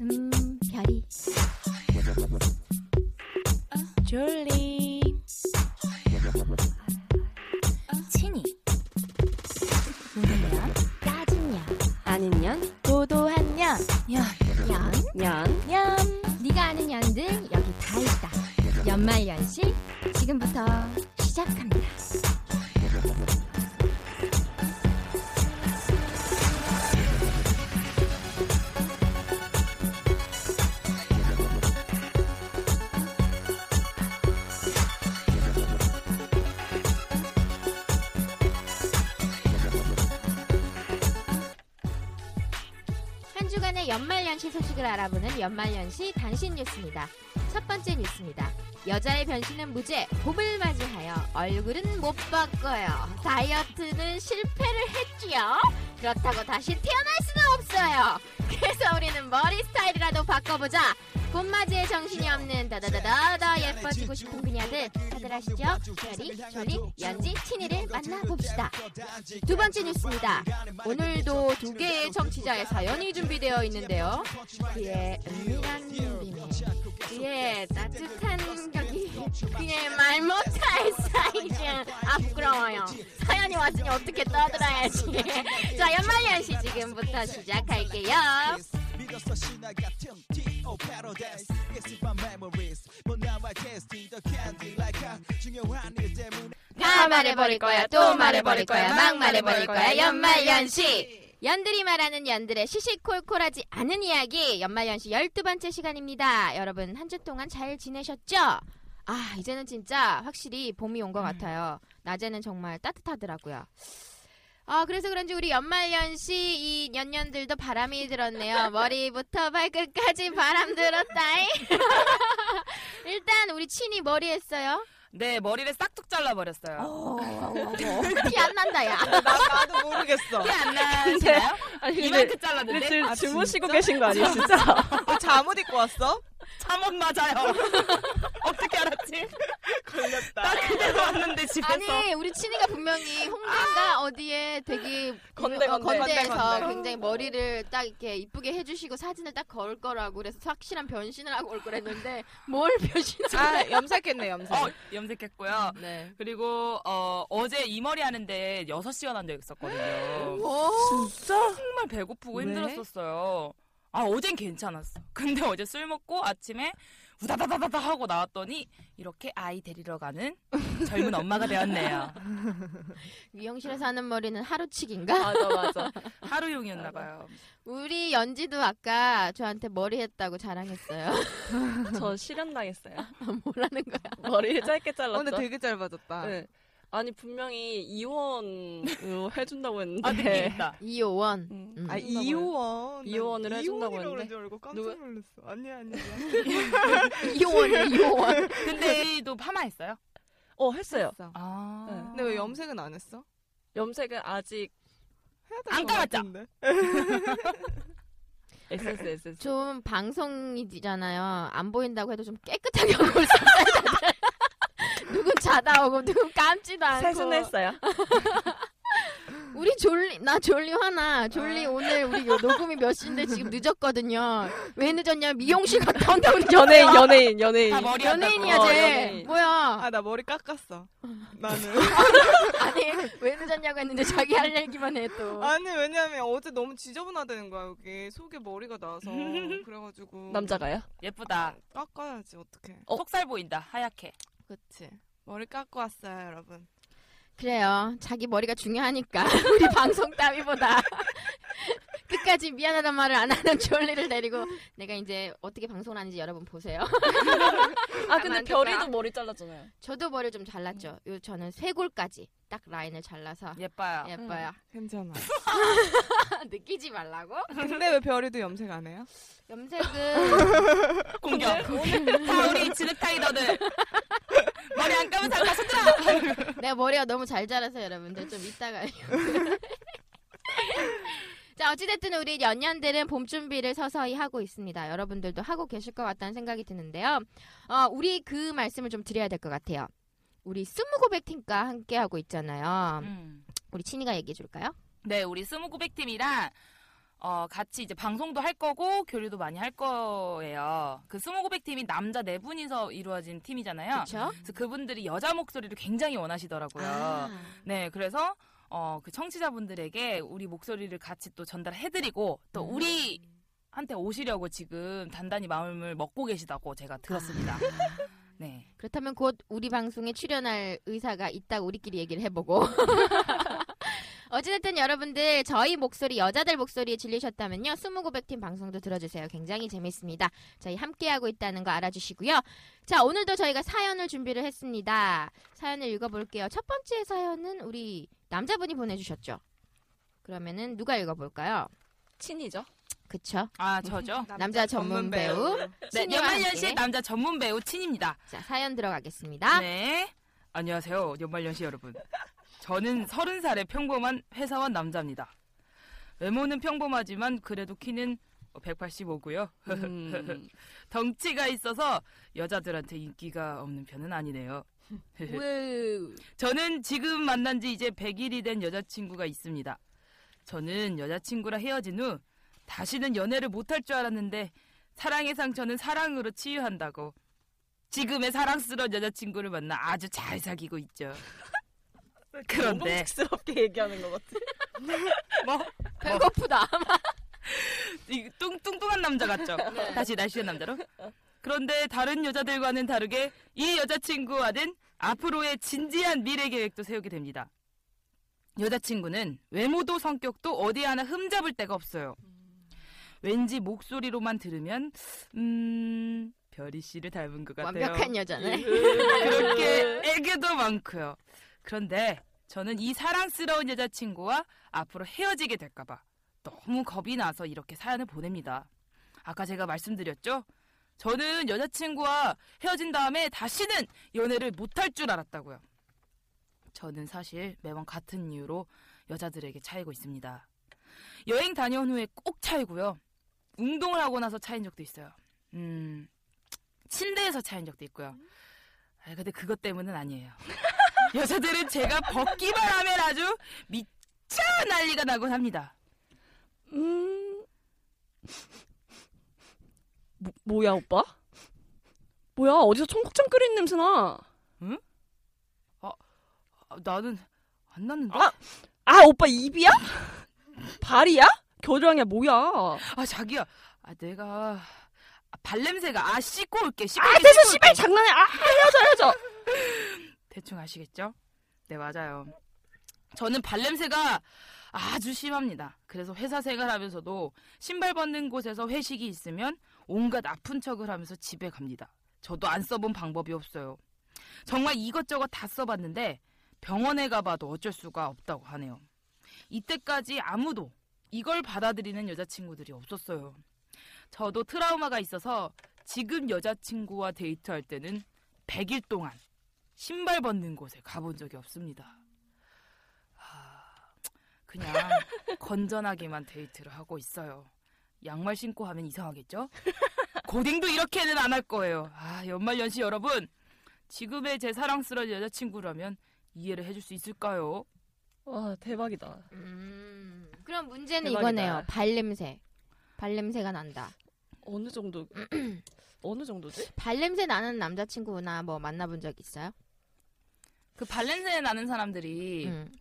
음 별이 졸리 친이 누구냐? 따진 년 아는 년 도도한 연, 년년 연. 네가 아는 연들 여기 다 있다. 연말 연시 지금부터 시작합니다. 한 주간의 연말연시 소식을 알아보는 연말연시 단신 뉴스입니다. 첫 번째 뉴스입니다. 여자의 변신은 무죄, 봄을 맞이하여 얼굴은 못 바꿔요. 다이어트는 실패를 했지요. 그렇다고 다시 태어날 수는 없어요. 그래서 우리는 머리 스타일이라도 바꿔보자. 봄맞이에 정신이 없는 더더더더 더 예뻐지고 싶은 그녀들 다들 아시죠? 별이, 졸리, 연지, 친이를 만나봅시다. 두 번째 뉴스입니다. 오늘도 두 개의 청취자의 사연이 준비되어 있는데요. 그의 은밀한 비밀, 그의 따뜻한 격이, 그의 말 못할 사이즈. 아 부끄러워요. 사연이 왔으니 어떻게 떠들어야지. 자 연말연시 지금부터 시작할게요. 다 말해버릴 거야 또 말해버릴 거야 막 말해버릴 거야 연말연시 연들이 말하는 연들의 시시콜콜하지 않은 이야기 연말연시 12번째 시간입니다 여러분 한 주 동안 잘 지내셨죠? 아 이제는 진짜 확실히 봄이 온 것 같아요 낮에는 정말 따뜻하더라고요 아 그래서 그런지 우리 연말연시 이 년년들도 바람이 들었네요 머리부터 발끝까지 바람 들었다잉 일단 우리 친이 머리 했어요 네, 머리를 싹둑 잘라버렸어요. 티 안 난다 야 나, 도 모르겠어. 티안 나시나요? 이만큼 잘랐는데? 아, 주무시고 계신 거 아니에요, 진짜? 너 잠옷 입고 왔어? 잠옷 맞아요. 어떻게 알았지? 걸렸다. 나 그대로 왔는데 집에서. 아! 아니 우리 친이가 분명히 홍대인가 어디에 되게 건대, 유명- 어, 건대, 건대에서 건대, 건대. 굉장히 머리를 딱 이렇게 이쁘게 해주시고 사진을 딱 걸 거라고 그래서 확실한 변신을 하고 올 거랬는데 뭘 변신을 아, 염색했네, 염색. 어, 염색했고요. 네. 그리고 어, 어제 이 머리 하는데 6시간 앉아 있었거든요. 진짜? 정말 배고프고 왜? 힘들었었어요. 아, 어젠 괜찮았어. 근데 어제 술 먹고 아침에 우다다다다다 하고 나왔더니 이렇게 아이 데리러 가는 젊은 엄마가 되었네요. 미용실에서 하는 머리는 하루치기인가? 맞아, 맞아. 하루 용이었나 봐요. 우리 연지도 아까 저한테 머리 했다고 자랑했어요 저 실현당했어요. 뭐라는 거야 머리를 짧게 어, 잘랐죠. 근데 되게 짧아졌다. 네. 아, 아니 분명히 이원으로 해준다고 했는데 아, 느낌 있다. 이호원 음, 음. 아, 해준다고 해요. 이호원. 이호원을 난 해준다고 이호원이라고 그러는 했는데. 줄 알고 깜짝 놀랐어. 아니, 아니. 이호원이야 이호원 근데도 파마했어요? 어 했어요. 했어. 아. 근데 왜 염색은 안 했어? 염색은 아직 해야 안 될것 감았죠? 같은데. SS SS. 좀 방송이잖아요. 안 보인다고 해도 좀 깨끗하게 하고 있어요. 누군 자다 오고 누군 감지도 아, 않고. 세순했어요. 우리 졸리 나 졸리 화나. 아. 졸리 오늘 우리 요 녹음이 몇 시인데 지금 늦었거든요. 왜 늦었냐? 미용실 갔다 온다고 늦었어요. 연예인 연예인 연예인. 다 머리 연예인이야 한다고. 어, 쟤. 연예인. 뭐야? 아, 나 머리 깎았어. 나는. 아니 왜 늦었냐고 했는데 자기 할 얘기만 해 또. 아니, 왜냐면 어제 너무 지저분하다는 거야, 여기. 속에 머리가 나서. 그래가지고. 남자가요? 예쁘다. 깎아야지, 어떡해. 속살 보인다. 하얗게. 그치. 머리 깎고 왔어요, 여러분. 그래요. 자기 머리가 중요하니까 우리 방송 따위보다 끝까지 미안하단 말을 안 하는 졸리를 데리고 내가 이제 어떻게 방송을 하는지 여러분 보세요. 아 가면 근데 안 될까요? 별이도 머리 잘랐잖아요. 저도 머리를 좀 잘랐죠. 요 저는 쇄골까지 딱 라인을 잘라서 예뻐요. 예뻐요. 괜찮아. 느끼지 말라고. 근데 왜 별이도 염색 안 해요? 염색은 공격. 자 우리 지득타이더들 머리 안 감은 사람 다 손들어. 내가 머리가 너무 잘 자라서 여러분들 좀 이따가. 자 어찌됐든 우리 연년들은 봄 준비를 서서히 하고 있습니다. 여러분들도 하고 계실 것 같다는 생각이 드는데요. 어, 우리 그 말씀을 좀 드려야 될 것 같아요. 우리 스무고백 팀과 함께 하고 있잖아요. 음. 우리 친이가 얘기해 줄까요? 네 우리 스무고백 팀이랑 어, 같이 이제 방송도 할 거고 교류도 많이 할 거예요. 그 스무고백 팀이 남자 네 분이서 이루어진 팀이잖아요. 그렇죠? 그래서 그분들이 여자 목소리를 굉장히 원하시더라고요. 아, 네, 그래서 어, 그 청취자분들에게 우리 목소리를 같이 또 전달해드리고 또 음. 우리한테 오시려고 지금 단단히 마음을 먹고 계시다고 제가 들었습니다. 네, 그렇다면 곧 우리 방송에 출연할 의사가 있다고 우리끼리 얘기를 해보고. 어찌됐든 여러분들 저희 목소리 여자들 목소리에 질리셨다면요 스무고백팀 방송도 들어주세요 굉장히 재밌습니다 저희 함께하고 있다는 거 알아주시고요 자 오늘도 저희가 사연을 준비를 했습니다 사연을 읽어볼게요 첫 번째 사연은 우리 남자분이 보내주셨죠 그러면은 누가 읽어볼까요 친이죠. 그쵸 아 어, 저죠. 남자 전문 배우. 네, 신이와 연말연시 함께. 남자 전문 배우 친입니다. 자 사연 들어가겠습니다 네, 안녕하세요, 연말연시 여러분. 저는 서른 살의 평범한 회사원 남자입니다. 외모는 평범하지만 그래도 키는 185고요. 음. 덩치가 있어서 여자들한테 인기가 없는 편은 아니네요. 우 저는 지금 만난 지 이제 100일이 된 여자친구가 있습니다. 저는 여자친구랑 헤어진 후 다시는 연애를 못할 줄 알았는데 사랑의 상처는 사랑으로 치유한다고 지금의 사랑스러운 여자친구를 만나 아주 잘 사귀고 있죠. 그런데. 멍청스럽게 얘기하는 것 같아. 배고프다 이 뚱뚱뚱한 남자 같죠? 다시 날씬한 남자로? 그런데 다른 여자들과는 다르게 이 여자친구와는 앞으로의 진지한 미래 계획도 세우게 됩니다. 여자친구는 외모도 성격도 어디 하나 흠잡을 데가 없어요. 왠지 목소리로만 들으면 음 별이 씨를 닮은 것 같아요. 완벽한 여자네 그렇게 애교도 많고요. 그런데 저는 이 사랑스러운 여자친구와 앞으로 헤어지게 될까봐 너무 겁이 나서 이렇게 사연을 보냅니다. 아까 제가 말씀드렸죠? 저는 여자친구와 헤어진 다음에 다시는 연애를 못할 줄 알았다고요. 저는 사실 매번 같은 이유로 여자들에게 차이고 있습니다. 여행 다녀온 후에 꼭 차이고요. 운동을 하고 나서 차인 적도 있어요. 음, 침대에서 차인 적도 있고요. 아, 근데 그것 때문은 아니에요. 여자들은 제가 벗기만 하면 아주 미쳐 난리가 나곤 합니다. 음. 뭐, 뭐야 오빠? 뭐야 어디서 청국장 끓인 냄새나? 아, 나는 안 났는데. 아! 아 오빠 입이야? 발이야? 겨드랑이야 뭐야? 아 자기야, 아, 내가 아, 발냄새가 아 씻고 올게. 씻고 아 올게, 됐어 씻고 씨발 올게. 장난해 아 헤어져 헤어져 대충 아시겠죠? 네 맞아요. 저는 발냄새가 아주 심합니다. 그래서 회사 생활하면서도 신발 벗는 곳에서 회식이 있으면 온갖 아픈 척을 하면서 집에 갑니다. 저도 안 써본 방법이 없어요. 정말 이것저것 다 써봤는데 병원에 가봐도 어쩔 수가 없다고 하네요. 이때까지 아무도 이걸 받아들이는 여자친구들이 없었어요. 저도 트라우마가 있어서 지금 여자친구와 데이트할 때는 100일 동안 신발 벗는 곳에 가본 적이 없습니다. 아, 그냥 건전하게만 데이트를 하고 있어요. 양말 신고 하면 이상하겠죠? 고딩도 이렇게는 안 할 거예요. 아, 연말연시 여러분, 지금의 제 사랑스러운 여자친구라면 이해를 해줄 수 있을까요? 와 대박이다. 음, 그럼 문제는 대박이다. 이거네요. 발냄새. 발냄새가 난다. 어느 정도 어느 정도지? 발냄새 나는 남자친구나 뭐 만나본 적 있어요? 그 발냄새 나는 사람들이 음.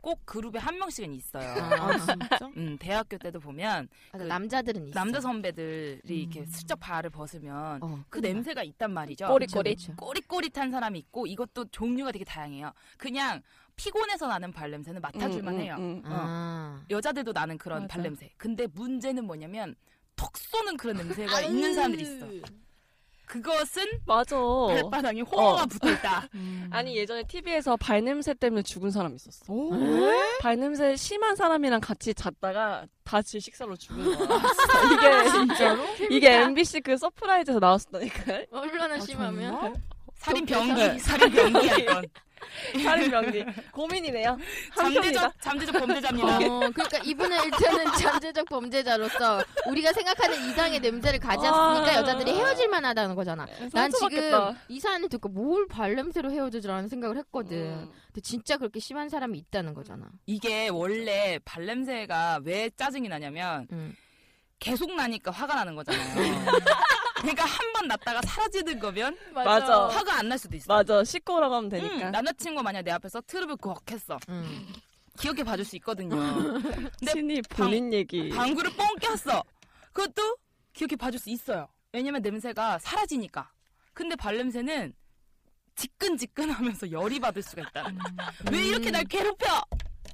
꼭 그룹에 한 명씩은 있어요. 아, 진짜? 음, 대학교 때도 보면 아, 남자들은 있어. 그 남자 선배들이 이렇게 음. 슬쩍 발을 벗으면 어, 그 냄새가 있단 말이죠. 꼬리꼬리. 그쵸, 그쵸. 꼬릿꼬릿한 사람이 있고 이것도 종류가 되게 다양해요. 그냥 피곤해서 나는 발냄새는 맡아줄만 해요. 음, 음. 아. 여자들도 나는 그런 맞아. 발냄새. 근데 문제는 뭐냐면 턱 쏘는 그런 냄새가 아. 있는 사람들이 있어. 그것은 맞아. 발바닥에 호화가 어. 붙어있다. 아니 예전에 TV에서 발냄새 때문에 죽은 사람 있었어. 네? 오, 발냄새 심한 사람이랑 같이 잤다가 다시 식사로 죽은 거야. 이게 진짜로? 이게 MBC 그 서프라이즈에서 나왔었다니까. 얼마나 아, 심하면? 살인 병기, 살인 병기 약간. 살인 명기. 고민이네요. 한편이다. 잠재적 잠재적 범죄자입니다. 어, 그러니까 이분은 일단은 잠재적 범죄자로서 우리가 생각하는 이상의 냄새를 아. 가져왔으니까 여자들이 헤어질 만하다는 거잖아. 네, 난 지금 상처받겠다. 이 사연을 듣고 뭘 발냄새로 헤어지지라는 생각을 했거든. 음. 근데 진짜 그렇게 심한 사람이 있다는 거잖아. 이게 원래 발냄새가 왜 짜증이 나냐면 음. 계속 나니까 화가 나는 거잖아요. 어. 그러니까 한 번 났다가 사라지는 거면 맞아. 음, 화가 안 날 수도 있어. 맞아. 그러니까. 씻고 오라고 하면 되니까. 응, 남자친구가 만약 내 앞에서 트름을 그억했어. 음. 기억해 봐줄 수 있거든요. 어. 근데 친히 방- 본인 얘기. 방구를 뻥 꼈어. 그것도 기억해 봐줄 수 있어요. 왜냐면 냄새가 사라지니까. 근데 발냄새는 지끈지끈하면서 열이 받을 수가 있다. 음. 왜 이렇게 날 괴롭혀?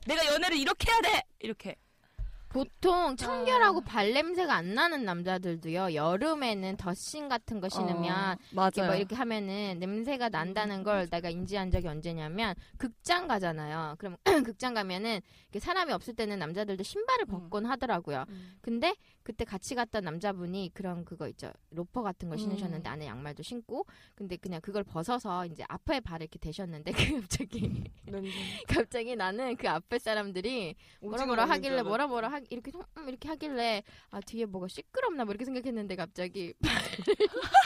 내가 연애를 이렇게 해야 돼? 이렇게. 아. 보통 청결하고 발냄새가 안 나는 남자들도요. 여름에는 덧신 같은 거 신으면 이렇게 어, 맞아. 뭐 이렇게 하면은 냄새가 난다는 음. 걸 내가 인지한 적이 언제냐면 극장 가잖아요. 그럼 극장 가면은 이렇게 사람이 없을 때는 남자들도 신발을 벗곤 하더라고요. 음. 근데 그때 같이 갔던 남자분이 그런 그거 있죠. 로퍼 같은 거 음. 신으셨는데 안에 양말도 신고 근데 그냥 그걸 벗어서 이제 앞에 발을 이렇게 대셨는데 그 갑자기 갑자기 나는 그 앞에 사람들이 뭐라 오징어 뭐라 먹는 줄 하길래 알았- 뭐라 뭐라 하 이렇게 좀, 음, 이렇게 하길래 아 뒤에 뭐가 시끄럽나 뭐 이렇게 생각했는데 갑자기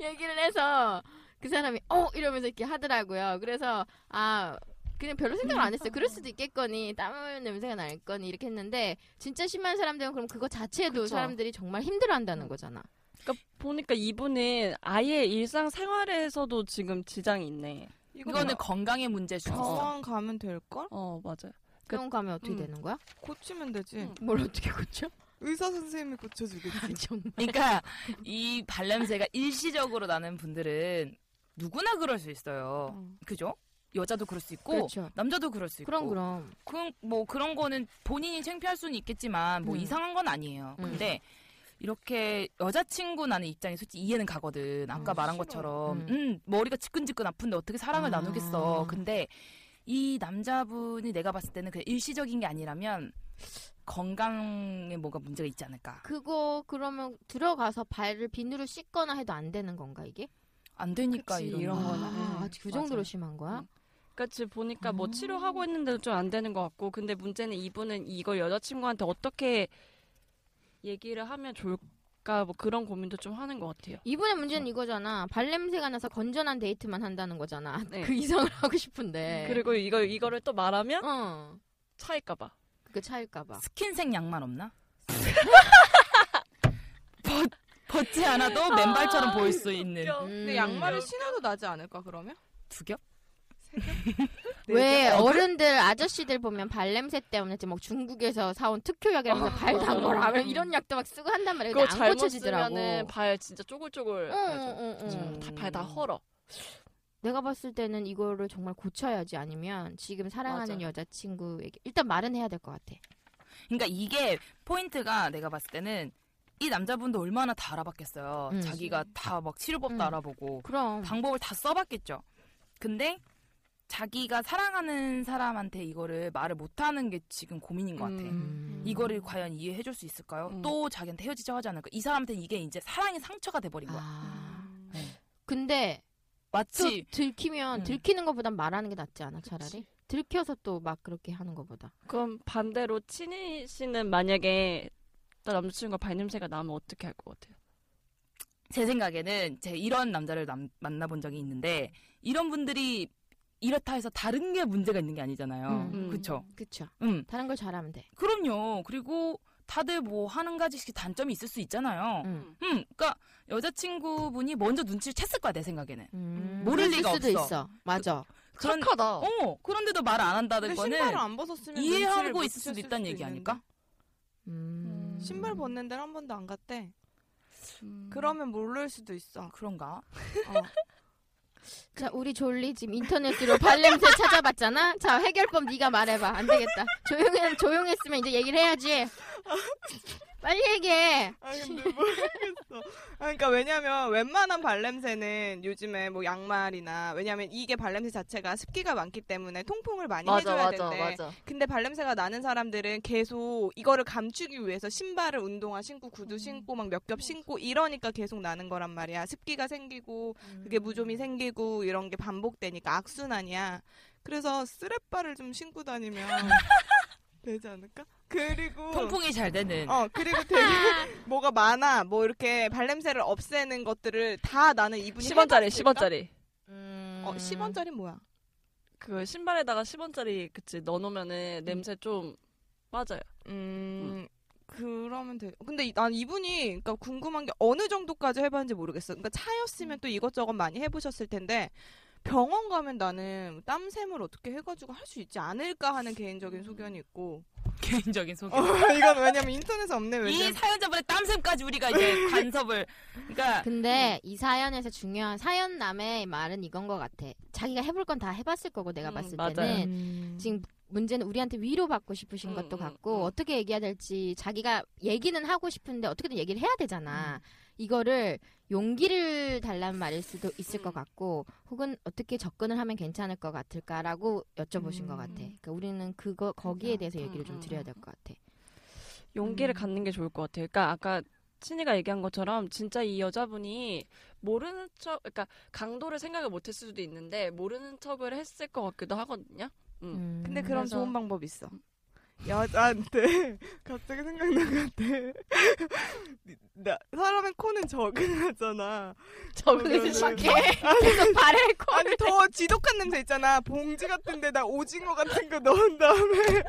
얘기를 해서 그 사람이 어 이러면서 이렇게 하더라고요. 그래서 아 그냥 별로 생각을 안 했어요. 그럴 수도 있겠거니 땀 냄새가 날 거니 이렇게 했는데 진짜 심한 사람들은 그럼 그거 자체도 그쵸. 사람들이 정말 힘들어한다는 거잖아. 보니까 이분은 아예 일상 생활에서도 지금 지장이 있네. 이거는 건강의 문제일 수 있어. 병원 가면 될걸? 어 맞아. 그- 병원 가면 어떻게 음. 되는 거야? 고치면 되지. 음. 뭘 어떻게 고쳐? 의사 선생님이 고쳐주겠지. 정말. 그러니까 이 발냄새가 일시적으로 나는 분들은 누구나 그럴 수 있어요. 그죠? 여자도 그럴 수 있고 그렇죠. 남자도 그럴 수 있고 그럼 그럼. 그런 뭐 그런 거는 본인이 창피할 수는 있겠지만 뭐 음. 이상한 건 아니에요. 음. 근데 이렇게 여자친구 나는 입장에 솔직히 이해는 가거든. 아까 음, 말한 싫어. 것처럼 음. 음. 머리가 지끈지끈 아픈데 어떻게 사랑을 아. 나누겠어. 근데 이 남자분이 내가 봤을 때는 그냥 일시적인 게 아니라면 건강에 뭐가 문제가 있지 않을까. 그거 그러면 들어가서 발을 비누로 씻거나 해도 안 되는 건가 이게? 안 되니까 음. 그치, 이런, 이런 거. 거는. 아, 아직 그 맞아. 정도로 심한 거야? 음. 그치 보니까 음. 뭐 치료하고 했는데도 좀 안 되는 것 같고 근데 문제는 이분은 이걸 여자친구한테 어떻게 얘기를 하면 좋을까 뭐 그런 고민도 좀 하는 것 같아요. 이분의 문제는 이거잖아. 발냄새가 나서 건전한 데이트만 한다는 거잖아. 네. 음, 그 이상을 하고 네. 싶은데. 그리고 이걸 이거를 또 말하면 어. 차일까봐. 그게 차일까봐. 스킨색 양말 없나? 벗, 벗지 않아도 맨발처럼 보일 수 네. 있는 음. 음. 근데 양말을 신어도 나지 않을까 그러면? 두 겹? 왜 어른들 아저씨들 보면 발냄새 때문에 이제 막 중국에서 사온 특효약이라면서 발 담궈라 면 이런 약도 막 쓰고 한단 말이야. 근데 그거 안 잘못 고쳐지더라고. 음, 어, 쓰면은 발 진짜 쪼글쪼글. 응, 응, 응, 응. 발 다 헐어. 내가 봤을 때는 이거를 정말 고쳐야지 아니면 지금 사랑하는 맞아. 여자친구에게 일단 말은 해야 될 것 같아. 그러니까 이게 포인트가 내가 봤을 때는 이 남자분도 얼마나 다 알아봤겠어요. 음. 자기가 다 막 치료법도 음. 알아보고 그럼 방법을 다 써봤겠죠. 근데 자기가 사랑하는 사람한테 이거를 말을 못하는 게 지금 고민인 것 같아. 음. 이거를 과연 이해해줄 수 있을까요? 음. 또 자기한테 헤어지자 하지 않을까? 이 사람한테 이게 이제 사랑의 상처가 돼버린 거야. 아. 네. 근데 또 마치 들키면 음. 들키는 것보단 말하는 게 낫지 않아 차라리 들켜서 또 막 그렇게 하는 것보다 그럼 반대로 친희 씨는 만약에 나 남자친구가 발냄새가 나면 어떻게 할 것 같아요? 제 생각에는 제 이런 남자를 남- 만나본 적이 있는데 이런 분들이 이렇다 해서 다른 게 문제가 있는 게 아니잖아요. 음. 그쵸? 그쵸 음. 다른 걸 잘하면 돼 그럼요. 그리고 다들 뭐 하는 가지씩 단점이 있을 수 있잖아요. 음, 음. 그러니까 여자친구분이 먼저 눈치를 챘을 거야 내 생각에는. 음. 모를 그랬을 리가 수도 없어. 있어 맞아 전- 착하다. 어, 아, 그런데도 말 안 한다는 그렇죠. 거는 근데 신발을 안 벗었으면 눈치를 이해하고 못 있을 수도 챘을 있다는 얘기 있는데. 아닐까? 음. 신발 벗는 데를 한 번도 안 갔대. 음. 그러면 모를 수도 있어. 그런가? 자, 우리 졸리 지금 인터넷으로 발냄새 찾아봤잖아. 자, 해결법 네가 말해봐. 안 되겠다. 조용해 조용했으면 이제 얘기를 해야지. 빨리 얘기해. 아 네. 근데 모르겠어. 아, 그러니까 왜냐면 웬만한 발냄새는 요즘에 뭐 양말이나 왜냐면 이게 발냄새 자체가 습기가 많기 때문에 통풍을 많이 맞아 해줘야 맞아 되는데 맞아. 근데 발냄새가 나는 사람들은 계속 이거를 감추기 위해서 신발을 운동화 신고 음. 구두 신고 막 몇 겹 신고 이러니까 계속 나는 거란 말이야. 습기가 생기고 그게 음. 무좀이 생기고 이런 게 반복되니까 악순환이야. 그래서 쓰레빠를 좀 신고 다니면 되지 않을까? 그리고 통풍이 잘 되는. 어 그리고 되게 뭐가 많아 뭐 이렇게 발냄새를 없애는 것들을 다 나는 이분이 10원짜리, 해놨을까? 10원짜리. 음. 음. 어 10원짜리 뭐야? 그 신발에다가 10원짜리 그치 넣어놓으면은 냄새 좀 맞아요. 음, 그러면 돼. 근데 이- 난 이분이 그러니까 궁금한 게 어느 정도까지 해봤는지 모르겠어. 그러니까 차였으면 음. 또 이것저것 많이 해보셨을 텐데 병원 가면 나는 땀샘을 어떻게 해가지고 할 수 있지 않을까 하는 음. 개인적인 소견이 있고. 개인적인 소개. 어, 이건 왜냐면 인터넷에 없네. 이 왜냐면 사연자분의 땀샘까지 우리가 이제 간섭을. 그러니까 근데 음. 이 사연에서 중요한 사연남의 말은 이건 것 같아. 자기가 해볼 건 다 해봤을 거고 내가 음, 봤을 맞아요. 때는 음. 지금 문제는 우리한테 위로받고 싶으신 음, 것도 음, 같고 음. 어떻게 얘기해야 될지 자기가 얘기는 하고 싶은데 어떻게든 얘기를 해야 되잖아. 음. 이거를 용기를 달란 말일 수도 있을 것 음. 같고 혹은 어떻게 접근을 하면 괜찮을 것 같을까라고 여쭤보신 것 음. 같아. 그러니까 우리는 그거 거기에 대해서 얘기를 음, 좀 음, 드려야 음. 될 것 같아. 용기를 음. 갖는 게 좋을 것 같아요. 그러니까 아까 친이가 얘기한 것처럼 진짜 이 여자분이 모르는 척, 그러니까 강도를 생각을 못했을 수도 있는데 모르는 척을 했을 것 같기도 하거든요. 음. 음. 근데 그런 그래서- 좋은 방법 있어. 음. 여자한테 갑자기 생각난 것 같아. 나- 사람의 코는 적응하잖아. 적응을 그러면은- 시작해. 계속 발을 코. 아니 더 지독한 냄새 있잖아. 봉지 같은데 나 오징어 같은 거 넣은 다음에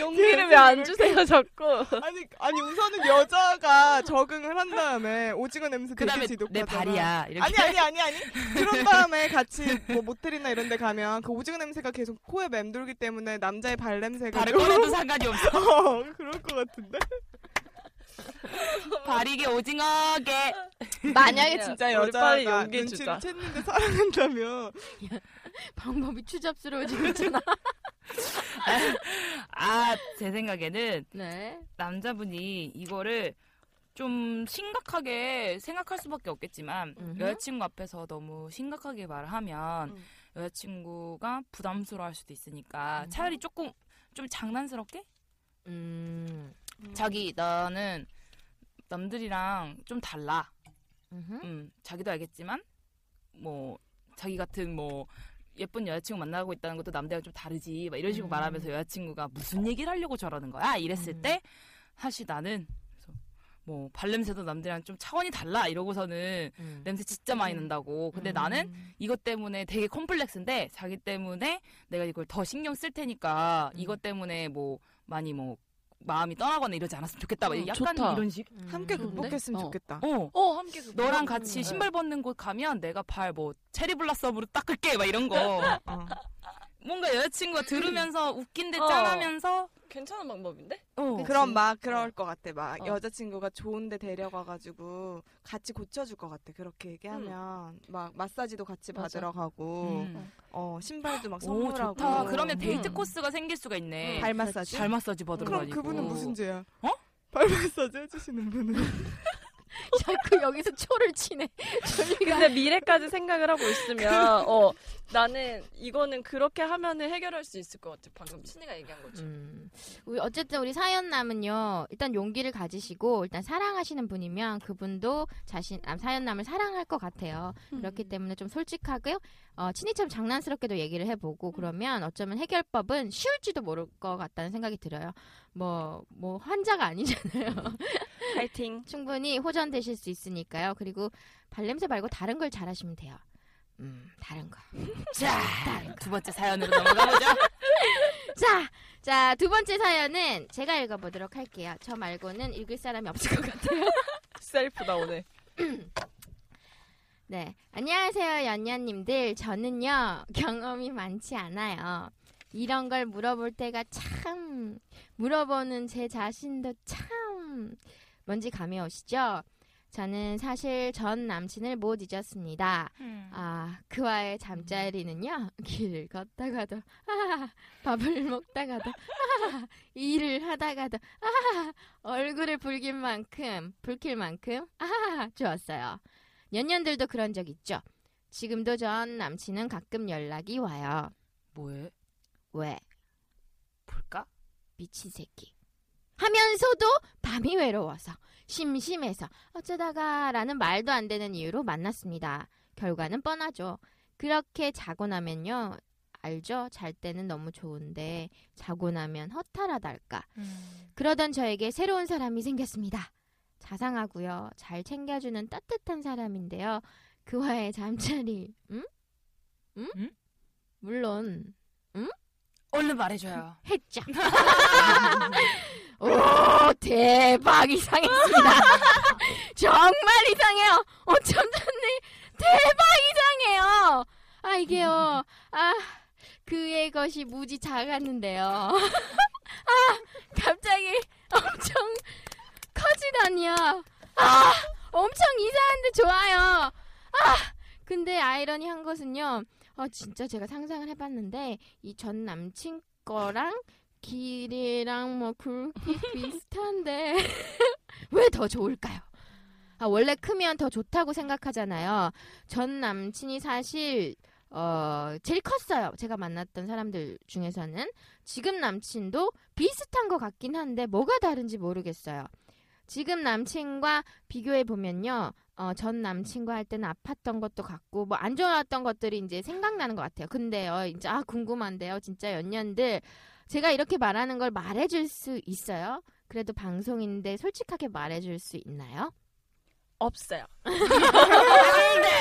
용기를 왜 안 주세요, 자꾸. 아니 아니 우선은 여자가 적응을 한 다음에 오징어 냄새 되게 그다음에 내 지독하잖아. 발이야. 이렇게. 아니 아니 아니 아니. 그런 다음에 같이 뭐 모텔이나 이런 데 가면 그 오징어 냄새가 계속 코에 맴돌기 때문에 남자의 발 냄새가 발을 좀- 꺼내도 상관이 없어. 어, 그럴 것 같은데. 발이게 오징어게. 만약에 진짜 우리 빨리 여자가 용기 눈치를 주자. 챘는데 사랑한다면 방법이 추잡스러워지고 있잖아. 아, 제 생각에는 네. 남자분이 이거를 좀 심각하게 생각할 수밖에 없겠지만 음흠. 여자친구 앞에서 너무 심각하게 말을 하면 음. 여자친구가 부담스러워할 수도 있으니까 음흠. 차라리 조금 좀 장난스럽게 음. 자기 나는 남들이랑 좀 달라 음흠. 음, 자기도 알겠지만 뭐 자기 같은 뭐 예쁜 여자친구 만나고 있다는 것도 남들이랑 좀 다르지 막 이런 식으로 음. 말하면서 여자친구가 무슨 얘기를 하려고 저러는 거야 이랬을 음. 때 사실 나는 그래서 뭐 발냄새도 남들이랑 좀 차원이 달라 이러고서는 음. 냄새 진짜 많이 난다고 근데 음. 나는 이것 때문에 되게 콤플렉스인데 자기 때문에 내가 이걸 더 신경 쓸 테니까 음. 이것 때문에 뭐 많이 뭐 마음이 떠나거나 이러지 않았으면 좋겠다 막 음, 약간 좋다. 이런 식 음. 함께 좋은데? 극복했으면 어. 좋겠다. 어 어, 함께 그 너랑 뭐라고 같이 하는 신발 벗는 곳 가면 내가 발 뭐 체리 블라썸으로 닦을게 막 이런 거 어. 뭔가 여자친구가 들으면서 웃긴데 어. 짠하면서 거야. 괜찮은 방법인데? 어. 그럼 막 그럴 것 같아. 막 어. 여자친구가 좋은데 데려가가지고 같이 고쳐줄 것 같아. 그렇게 얘기하면 막 마사지도 같이 맞아. 받으러 가고, 음. 어 신발도 막 오 선물하고. 좋다 그러면 데이트 음. 코스가 생길 수가 있네 음. 발 마사지. 발 마사지 받으러 그럼 다니고 그분은 무슨 죄야? 어? 발 마사지 해주시는 분은 자꾸 그 여기서 초를 치네. 근데 미래까지 생각을 하고 있으면 어 나는 이거는 그렇게 하면은 해결할 수 있을 것 같아. 방금 친이가 얘기한 거죠. 음. 우리 어쨌든 우리 사연남은요. 일단 용기를 가지시고 일단 사랑하시는 분이면 그분도 자신 아, 사연남을 사랑할 것 같아요. 음. 그렇기 때문에 좀 솔직하게 어, 친이처럼 장난스럽게도 얘기를 해보고 그러면 어쩌면 해결법은 쉬울지도 모를 것 같다는 생각이 들어요. 뭐 뭐 환자가 아니잖아요. 음. 파이팅. 충분히 호전되실 수 있으니까요. 그리고 발냄새 말고 다른 걸 잘하시면 돼요. 음, 다른 거. 자두 번째 사연으로 넘어가보죠 자, 자, 두 번째 사연은 제가 읽어보도록 할게요. 저 말고는 읽을 사람이 없을 것 같아요. 셀프다 오늘. 네. 안녕하세요, 연녀님들. 저는요, 경험이 많지 않아요. 이런 걸 물어볼 때가 참, 물어보는 제 자신도 참, 뭔지 감이 오시죠? 저는 사실 전 남친을 못 잊었습니다. 아, 그와의 잠자리는요, 길을 걷다가도, 아, 밥을 먹다가도, 아, 일을 하다가도, 아, 얼굴을 붉힐 만큼, 붉힐 만큼, 아, 좋았어요. 년년들도 그런 적 있죠. 지금도 전 남친은 가끔 연락이 와요. 뭐해? 왜? 볼까? 미친 새끼. 하면서도 밤이 외로워서, 심심해서, 어쩌다가라는 말도 안 되는 이유로 만났습니다. 결과는 뻔하죠. 그렇게 자고 나면요. 알죠? 잘 때는 너무 좋은데, 자고 나면 허탈하달까. 그러던 저에게 새로운 사람이 생겼습니다. 자상하고요. 잘 챙겨주는 따뜻한 사람인데요. 그와의 잠자리, 응? 응? 응? 물론 얼른 말해줘요. 했죠. 오 대박 이상했습니다. 정말 이상해요. 어쩜 좋네. 대박 이상해요. 아 이게요. 아 그의 것이 무지 작았는데요. 아 갑자기 엄청 커지다니요. 아 엄청 이상한데 좋아요. 아 근데 아이러니한 것은요. 아 진짜 제가 상상을 해봤는데 이 전 남친 거랑 길이랑 뭐 굵기 비슷한데 왜 더 좋을까요? 아 원래 크면 더 좋다고 생각하잖아요. 전 남친이 사실 어 제일 컸어요. 제가 만났던 사람들 중에서는 지금 남친도 비슷한 것 같긴 한데 뭐가 다른지 모르겠어요. 지금 남친과 비교해 보면요. 어, 전 남친과 할 때는 아팠던 것도 같고 뭐 안 좋았던 것들이 이제 생각나는 것 같아요. 근데요, 이제 아 궁금한데요, 진짜 연년들 제가 이렇게 말하는 걸 말해줄 수 있어요? 그래도 방송인데 솔직하게 말해줄 수 있나요? 없어요. 네.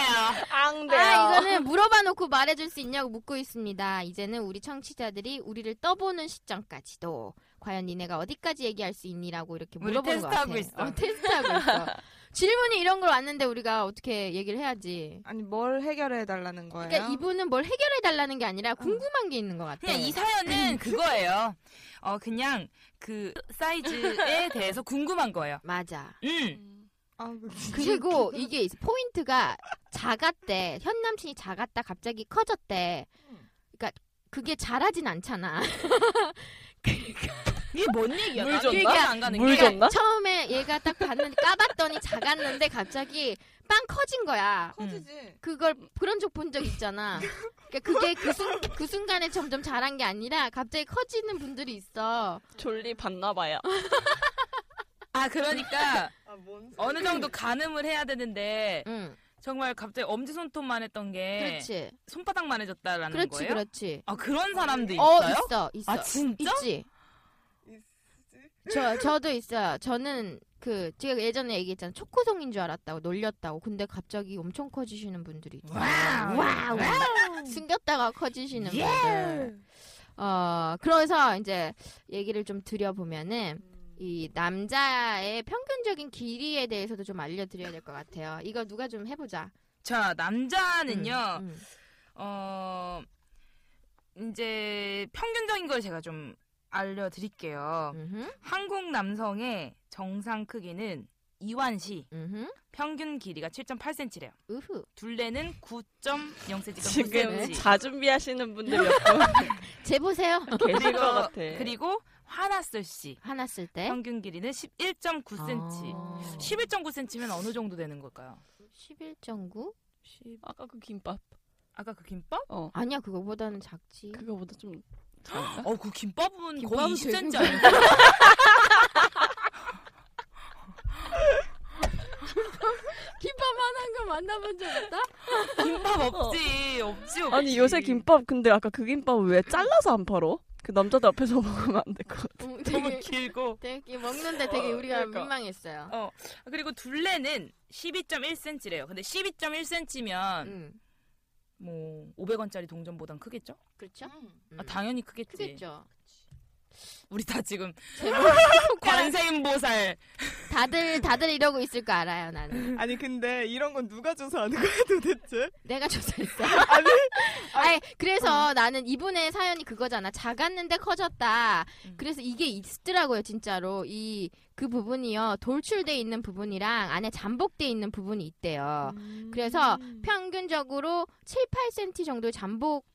앙대요. 아 이거는 물어봐 놓고 말해줄 수 있냐고 묻고 있습니다. 이제는 우리 청취자들이 우리를 떠보는 시점까지도 과연 니네가 어디까지 얘기할 수 있니라고 이렇게 우리 물어보는 것 같아요. 테스트하고 있어. 어, 테스트하고 있어. 질문이 이런 걸 왔는데 우리가 어떻게 얘기를 해야지? 아니 뭘 해결해 달라는 거예요? 그러니까 이분은 뭘 해결해 달라는 게 아니라 궁금한 게 있는 것 같아. 음. 그냥 이 사연은 그거예요. 어 그냥 그 사이즈에 대해서 궁금한 거예요. 맞아. 음. 아, 진짜 그리고 이게 음. 있어. 포인트가 작았대. 현 남친이 작았다 갑자기 커졌대. 그러니까 그게 잘하진 않잖아. 이게 뭔 얘기야? 물 나는 줬나? 이해가 안 가는 물 게. 줬나? 처음에 얘가 딱 봤는데 까봤더니 작았는데 갑자기 빵 커진 거야. 커지지. 그걸 그런 적 본 적 있잖아. 그러니까 그게 그, 순, 그 순간에 점점 자란 게 아니라 갑자기 커지는 분들이 있어. 졸리 봤나 봐요. 아 그러니까 아, 뭔 어느 정도 가늠을 해야 되는데 응, 정말 갑자기 엄지 손톱만 했던 게 그렇지, 손바닥만 해졌다라는 그렇지, 네. 거예요. 그렇지. 아 그런 사람도 어, 있어요? 있어, 있어. 아 진짜? 있지. 저 저도 있어요. 저는 그 제가 예전에 얘기했잖아 초코송인 줄 알았다고 놀렸다고. 근데 갑자기 엄청 커지시는 분들이 있죠. 와우. 와우. 숨겼다가 커지시는 분들. 어 그래서 이제 얘기를 좀 드려보면은 이 남자의 평균적인 길이에 대해서도 좀 알려드려야 될 것 같아요. 이거 누가 좀 해보자. 자 남자는요. 음, 음. 어 이제 평균적인 걸 제가 좀 알려드릴게요. 음흠, 한국 남성의 정상 크기는 이완시 음흠, 평균 길이가 7.8cm래요. 우후. 둘레는 9.0cm. 지금 9cm. 음. 자 준비하시는 분들 몇분 재보세요. 계실 것 같아. 네. 그리고 화났을 씨 하나 쓸 때. 평균 길이는 11.9cm. 네? 아, 11.9cm면 어느 정도 되는 걸까요? 11.9? 아까 그 김밥. 아까 그 김밥? 어. 아니야 그거보다는 작지. 그거보다 좀 어, 그 김밥은 거의 아? 김밥은 20cm 되게 아닌가? 김밥만한 거 만나본 적 없다? 김밥 없지, 없지, 없지. 아니 요새 김밥 근데 아까 그 김밥 왜 잘라서 안 팔어? 그 남자들 앞에서 먹으면 안 될 것 같아. 그, 너무 되게, 길고. 되게 먹는데 되게 우리가 그러니까. 민망했어요. 어, 그리고 둘레는 12.1cm래요. 근데 12.1cm면 음, 뭐 500원짜리 동전보단 크겠죠? 그렇죠? 아, 당연히 크겠지. 크겠죠. 우리 다 지금 제목 관세음보살. 다들 다들 이러고 있을 거 알아요 나는. 아니 근데 이런 건 누가 조사하는 거야 도대체? 내가 조사했어. 아니, 아니 그래서 나는 이분의 사연이 그거잖아. 작았는데 커졌다. 음. 그래서 이게 있더라고요 진짜로 이 그 부분이요 돌출돼 있는 부분이랑 안에 잠복돼 있는 부분이 있대요. 그래서 평균적으로 7, 8cm 정도 잠복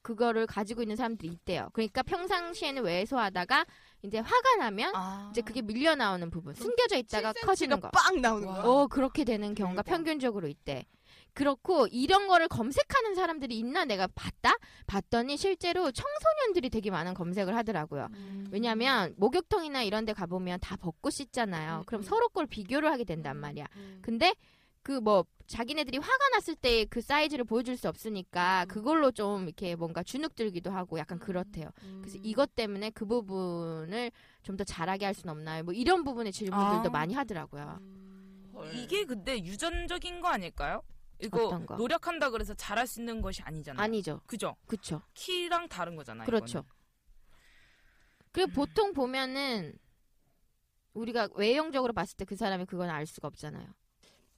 그거를 가지고 있는 사람들이 있대요. 그러니까 평상시에는 왜소하다가 이제 화가 나면 아. 이제 그게 밀려 나오는 부분, 숨겨져 있다가 커지는 거. 빵 나오는 와. 거야. 어 그렇게 되는 경우가 대박. 평균적으로 있대. 그렇고 이런 거를 검색하는 사람들이 있나 내가 봤다? 봤더니 실제로 청소년들이 되게 많은 검색을 하더라고요. 음. 왜냐하면 목욕탕이나 이런 데 가보면 다 벗고 씻잖아요. 음, 그럼 음. 서로 걸 비교를 하게 된단 말이야. 음. 근데 그 뭐 자기네들이 화가 났을 때 그 사이즈를 보여줄 수 없으니까 음. 그걸로 좀 이렇게 뭔가 주눅들기도 하고 약간 그렇대요. 그래서 음. 이것 때문에 그 부분을 좀 더 잘하게 할 순 없나요? 뭐 이런 부분의 질문들도 아. 많이 하더라고요. 이게 근데 유전적인 거 아닐까요? 이거 어떤 거? 노력한다 그래서 잘할 수 있는 것이 아니잖아요. 아니죠. 그죠? 그쵸. 키랑 다른 거잖아요. 그렇죠. 이거는. 그리고 보통 보면은 우리가 외형적으로 봤을 때 그 사람이 그건 알 수가 없잖아요.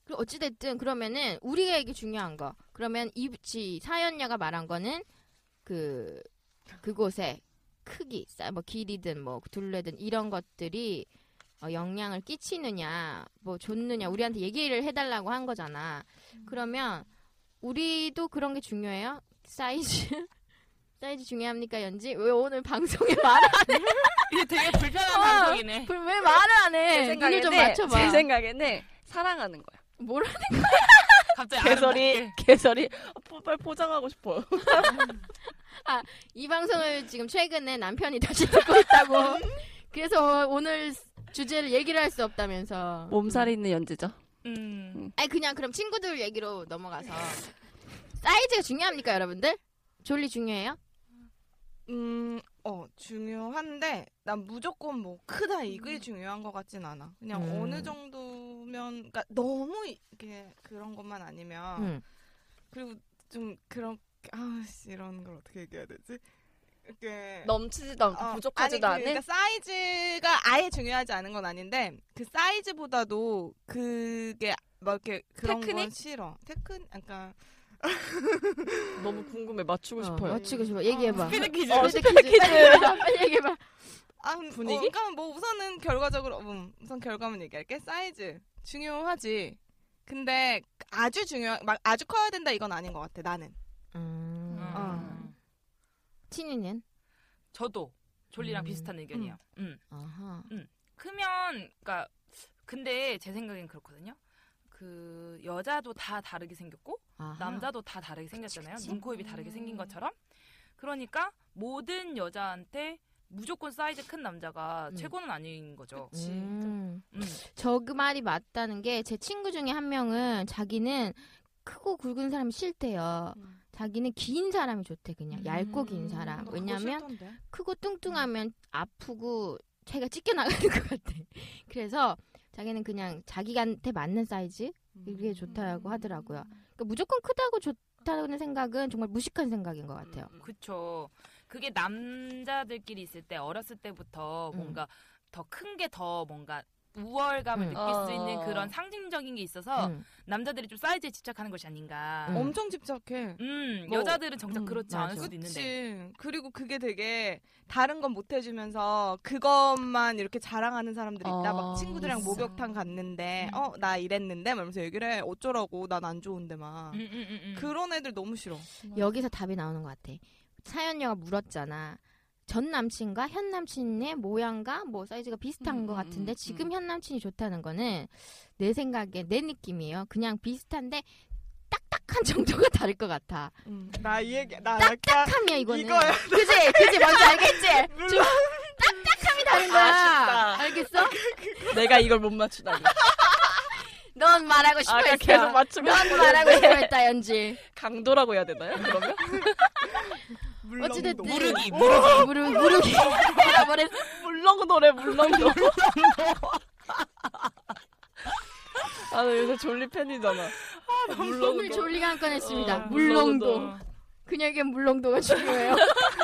그리고 어찌됐든 그러면은 우리가 이게 중요한 거. 그러면 이지 사연녀가 말한 거는 그 그곳의 크기, 사- 뭐 길이든 뭐 둘레든 이런 것들이 어, 영향을 끼치느냐, 뭐 줬느냐 우리한테 얘기를 해달라고 한 거잖아. 음. 그러면 우리도 그런 게 중요해요. 사이즈. 사이즈 중요합니까 연지? 왜 오늘 방송에 말을 이게 되게 불편한 어. 방송이네. 왜 말을 안 제 해? 눈을 생각에는 좀 맞춰봐. 제 생각에는 사랑하는 거야. 뭐라? 갑자기 개설이 개설이 어, 빨리 포장하고 싶어요. 이 방송을 지금 최근에 남편이 다시 듣고 있다고. 그래서 오늘 주제를 얘기를 할 수 없다면서. 몸살이 있는 연지죠. 음. 아니 그냥 그럼 친구들 얘기로 넘어가서 사이즈가 중요합니까 여러분들? 졸리 중요해요? 음, 어, 중요한데 난 무조건 뭐 크다 음. 이게 중요한 것 같진 않아. 그냥 음. 어느 정도면 그러니까 너무 이게 그런 것만 아니면 음. 응. 그리고 좀 그런 아씨 이런 걸 어떻게 얘기해야 되지? 이렇게 넘치지도 않고 어, 뭐 부족하지도 아니, 않은 그러니까 사이즈가 아예 중요하지 않은 건 아닌데 그 사이즈보다도 그게 막 이렇게 그런 건 테크닉? 싫어. 테크 그러니까 너무 궁금해 맞추고 싶어요. 어찌고 싶어. 얘기해봐. 어, 스피드 퀴즈. 어, 스피드 퀴즈. 빨리 얘기해봐. 아, 음, 분위기? 어, 그러니까 뭐 우선은 결과적으로 음, 우선 결과만 얘기할게. 사이즈 중요하지. 근데 아주 중요 막 아주 커야 된다 이건 아닌 것 같아 나는. 음. 어. 음. 친이는? 저도 졸리랑 음. 비슷한 의견이야. 음. 아하. 크면 그러니까 근데 제 생각엔 그렇거든요. 그 여자도 다 다르게 생겼고 아하. 남자도 다 다르게 생겼잖아요. 그치. 눈, 코, 입이 다르게 음. 생긴 것처럼. 그러니까 모든 여자한테 무조건 사이즈 큰 남자가 음. 최고는 아닌 거죠. 음. 음. 저 그 말이 맞다는 게 제 친구 중에 한 명은 자기는 크고 굵은 사람이 싫대요. 음. 자기는 긴 사람이 좋대 그냥 음. 얇고 긴 사람. 나 아, 어, 그거 아, 음. 왜냐면 싫던데. 크고 뚱뚱하면 아프고 체가 찢겨 나가는 것 같아. 그래서 자기는 그냥 자기한테 맞는 사이즈 이게 음. 좋다고 하더라고요. 그러니까 무조건 크다고 좋다는 생각은 정말 무식한 생각인 것 같아요. 그쵸. 그게 남자들끼리 있을 때 어렸을 때부터 음. 뭔가 더 큰 게 더 뭔가 우월감을 음. 느낄 수 있는 어. 그런 상징적인 게 있어서 음. 남자들이 좀 사이즈에 집착하는 것이 아닌가. 음. 엄청 집착해. 음, 뭐, 여자들은 정작 음, 그렇지 맞아. 않을 수도 있는데. 그치. 그리고 그게 되게 다른 건 못 해주면서 그것만 이렇게 자랑하는 사람들이 있다. 어, 막 친구들이랑 있어. 목욕탕 갔는데, 음. 어, 나 이랬는데? 말면서 얘기를 해. 어쩌라고. 난 안 좋은데 막. 음, 음, 음, 음. 그런 애들 너무 싫어. 여기서 답이 나오는 것 같아. 사연녀가 물었잖아. 전 남친과 현 남친의 모양과 뭐 사이즈가 비슷한 음, 것 음, 같은데 음, 지금 음. 현 남친이 좋다는 거는 내 생각에 내 느낌이에요. 그냥 비슷한데 딱딱한 정도가 다를 것 같아. 음, 나 이 얘기, 아, 나 그러니까 약간. 딱함이야 이거는. 이거야. 그지, 그지, 뭔지 알겠지? 좀 딱딱함이 다른 거야. 아쉽다. 그- 알겠어? 내가 이걸 못 맞추다니. 넌 말하고 싶어 아까 했어. 계속 맞추고 넌 말하고 싶어 했다 연지. 강도라고 해야 되나요? 그러면 어찌됐든 무르기, 무르기, 무르기, 무르기. 내가 뭐랬어? 물렁노래 물렁노. 아, 나 요새 졸리 팬이잖아. 오늘 졸리가 한 건 했습니다. 어, 물렁도. 그녀에겐 물렁도가 중요해요. 그러니까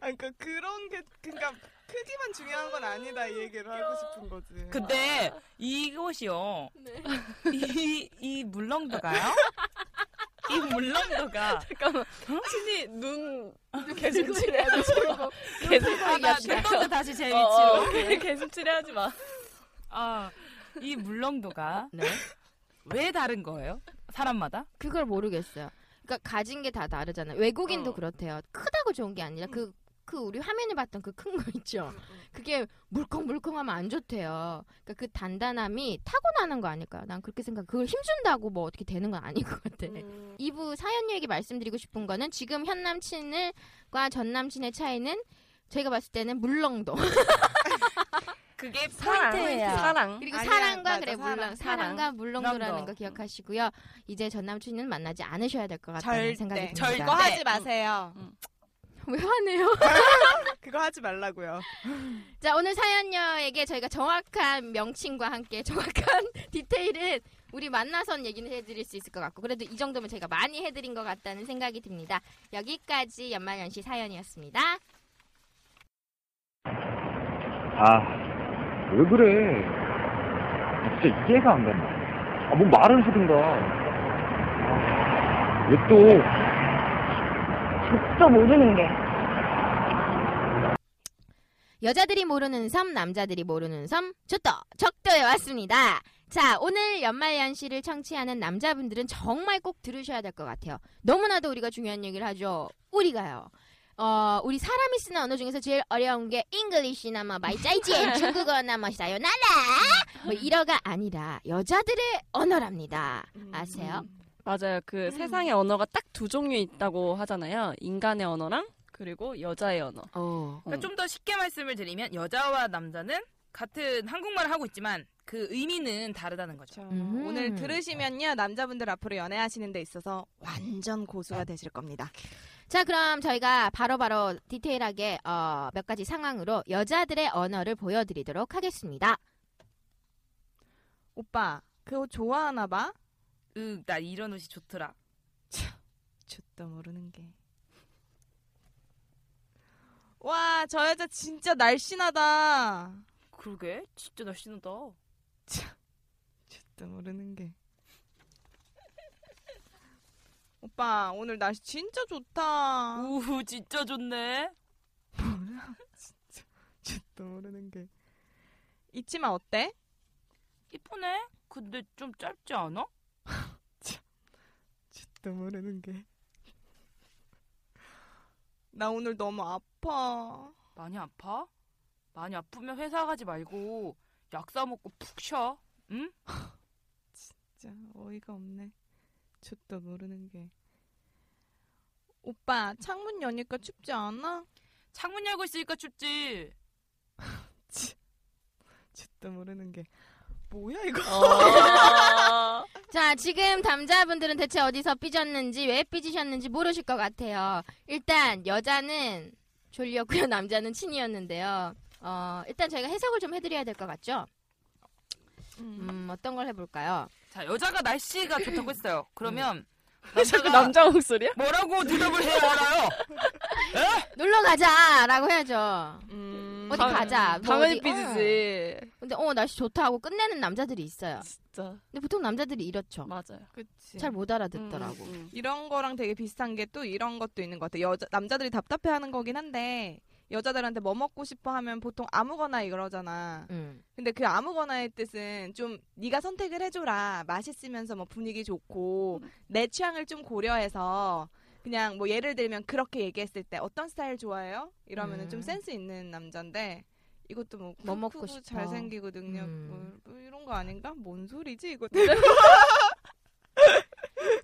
그러니까 그런 게 그러니까 크기만 중요한 건 아니다 이 얘기를 하고 싶은 거지. 근데 이것이요. 이, 이 물렁도가요? 이 물렁도가 잠깐만. 친이 눈 계속 칠해야 되고 계속 아나 물렁도 다시 제 어, 위치로 계속 칠해하지 마. 아, 이 물렁도가 왜 다른 거예요? 사람마다? 그걸 모르겠어요. 그러니까 가진 게 다 다르잖아요. 외국인도 어. 그렇대요. 크다고 좋은 게 아니라 그, 그 우리 화면에 봤던 그 큰 거 있죠. 그게 물컹물컹하면 안 좋대요. 그러니까 그 단단함이 타고나는 거 아닐까요? 난 그렇게 생각. 그걸 힘준다고 뭐 어떻게 되는 건 아닌 것 같아. 이부 사연 얘기 말씀드리고 싶은 거는 지금 현 남친과 전 남친의 차이는 저희가 봤을 때는 물렁도 그게 사랑. 사랑. 그리고 아니야, 사랑과 맞아, 그래 사랑, 물렁 사랑. 사랑과 물렁도라는 물렁도. 거 기억하시고요. 이제 전 남친은 만나지 않으셔야 될 것 같다는 절대. 생각이 듭니다. 네. 절거 음. 하지 마세요. 왜 화내요? 그거 하지 말라고요. 자, 오늘 사연녀에게 저희가 정확한 명칭과 함께 정확한 디테일은 우리 만나선 얘기는 해드릴 수 있을 것 같고 그래도 이 정도면 저희가 많이 해드린 것 같다는 생각이 듭니다. 여기까지 연말연시 사연이었습니다. 아, 왜 그래? 진짜 이해가 안 된다. 아, 뭐 말을 하든가. 아, 왜 또, 또 모르는 게 여자들이 모르는 섬, 남자들이 모르는 섬, 좋도 적도에 왔습니다. 자, 오늘 연말연시를 청취하는 남자분들은 정말 꼭 들으셔야 될 것 같아요. 너무나도 우리가 중요한 얘기를 하죠. 우리가요. 어, 우리 사람이 쓰는 언어 중에서 제일 어려운 게 잉글리시나 뭐 마이짜이지엔 중국어나 뭐 사요나라 뭐 이러가 아니라 여자들의 언어랍니다. 음. 아세요? 맞아요. 그 세상에 언어가 딱 두 종류 있다고 하잖아요. 인간의 언어랑 그리고 여자의 언어. 어. 음. 그러니까 좀 더 쉽게 말씀을 드리면 여자와 남자는 같은 한국말을 하고 있지만 그 의미는 다르다는 거죠. 음. 오늘 들으시면요 남자분들 앞으로 연애하시는 데 있어서 완전 고수가 되실 겁니다. 자, 그럼 저희가 바로바로 디테일하게 어, 몇 가지 상황으로 여자들의 언어를 보여드리도록 하겠습니다. 오빠 그 옷 좋아하나 봐? 으, 나 이런 옷이 좋더라. 줬다 모르는 게. 와, 저 여자 진짜 날씬하다. 그러게 진짜 날씬하다. 줬다 모르는 게. 오빠, 오늘 날씨 진짜 좋다. 우후 진짜 좋네. 줬다 모르는 게. 이 치마 어때? 이쁘네. 근데 좀 짧지 않아? 줬다 모르는 게. 나 오늘 너무 아파. 많이 아파? 많이 아프면 회사 가지 말고 약 사 먹고 푹 쉬어. 응? 진짜 어이가 없네. 줬다 모르는 게. 오빠, 창문 여니까 춥지 않아? 창문 열고 있으니까 춥지. 줬다 모르는 게. 뭐야 이거? 어. 자, 지금 남자분들은 대체 어디서 삐졌는지 왜 삐지셨는지 모르실 것 같아요. 일단 여자는 졸리였고요, 남자는 친이었는데요. 어, 일단 저희가 해석을 좀 해드려야 될 것 같죠? 음, 어떤 걸 해볼까요? 자 여자가 날씨가 좋다고 했어요. 음. 그러면 자꾸 남자가 남자 목소리야? 뭐라고 대답을 해야 알아요? 놀러 가자라고 해야죠. 음. 어디 아, 가자. 뭐 당연히 어디- 삐지지. 어. 근데 어 날씨 좋다 하고 끝내는 남자들이 아. 있어요. 진짜 근데 보통 남자들이 어. 이렇죠. 맞아요. 그치. 잘 못 알아듣더라고. 음, 이런 거랑 되게 비슷한 게 또 이런 것도 있는 것 같아. 여자 남자들이 답답해하는 거긴 한데 여자들한테 뭐 먹고 싶어 하면 보통 아무거나 이러잖아. 음. 근데 그 아무거나의 뜻은 좀 네가 선택을 해줘라. 맛있으면서 뭐 분위기 좋고 내 취향을 좀 고려해서 그냥 뭐 예를 들면 그렇게 얘기했을 때 어떤 스타일 좋아해요? 이러면은 음. 좀 센스 있는 남잔데 이것도 뭐, 뭐 먹고 크고 싶어. 잘생기고 능력 음. 뭐, 뭐 이런 거 아닌가? 뭔 소리지 이거?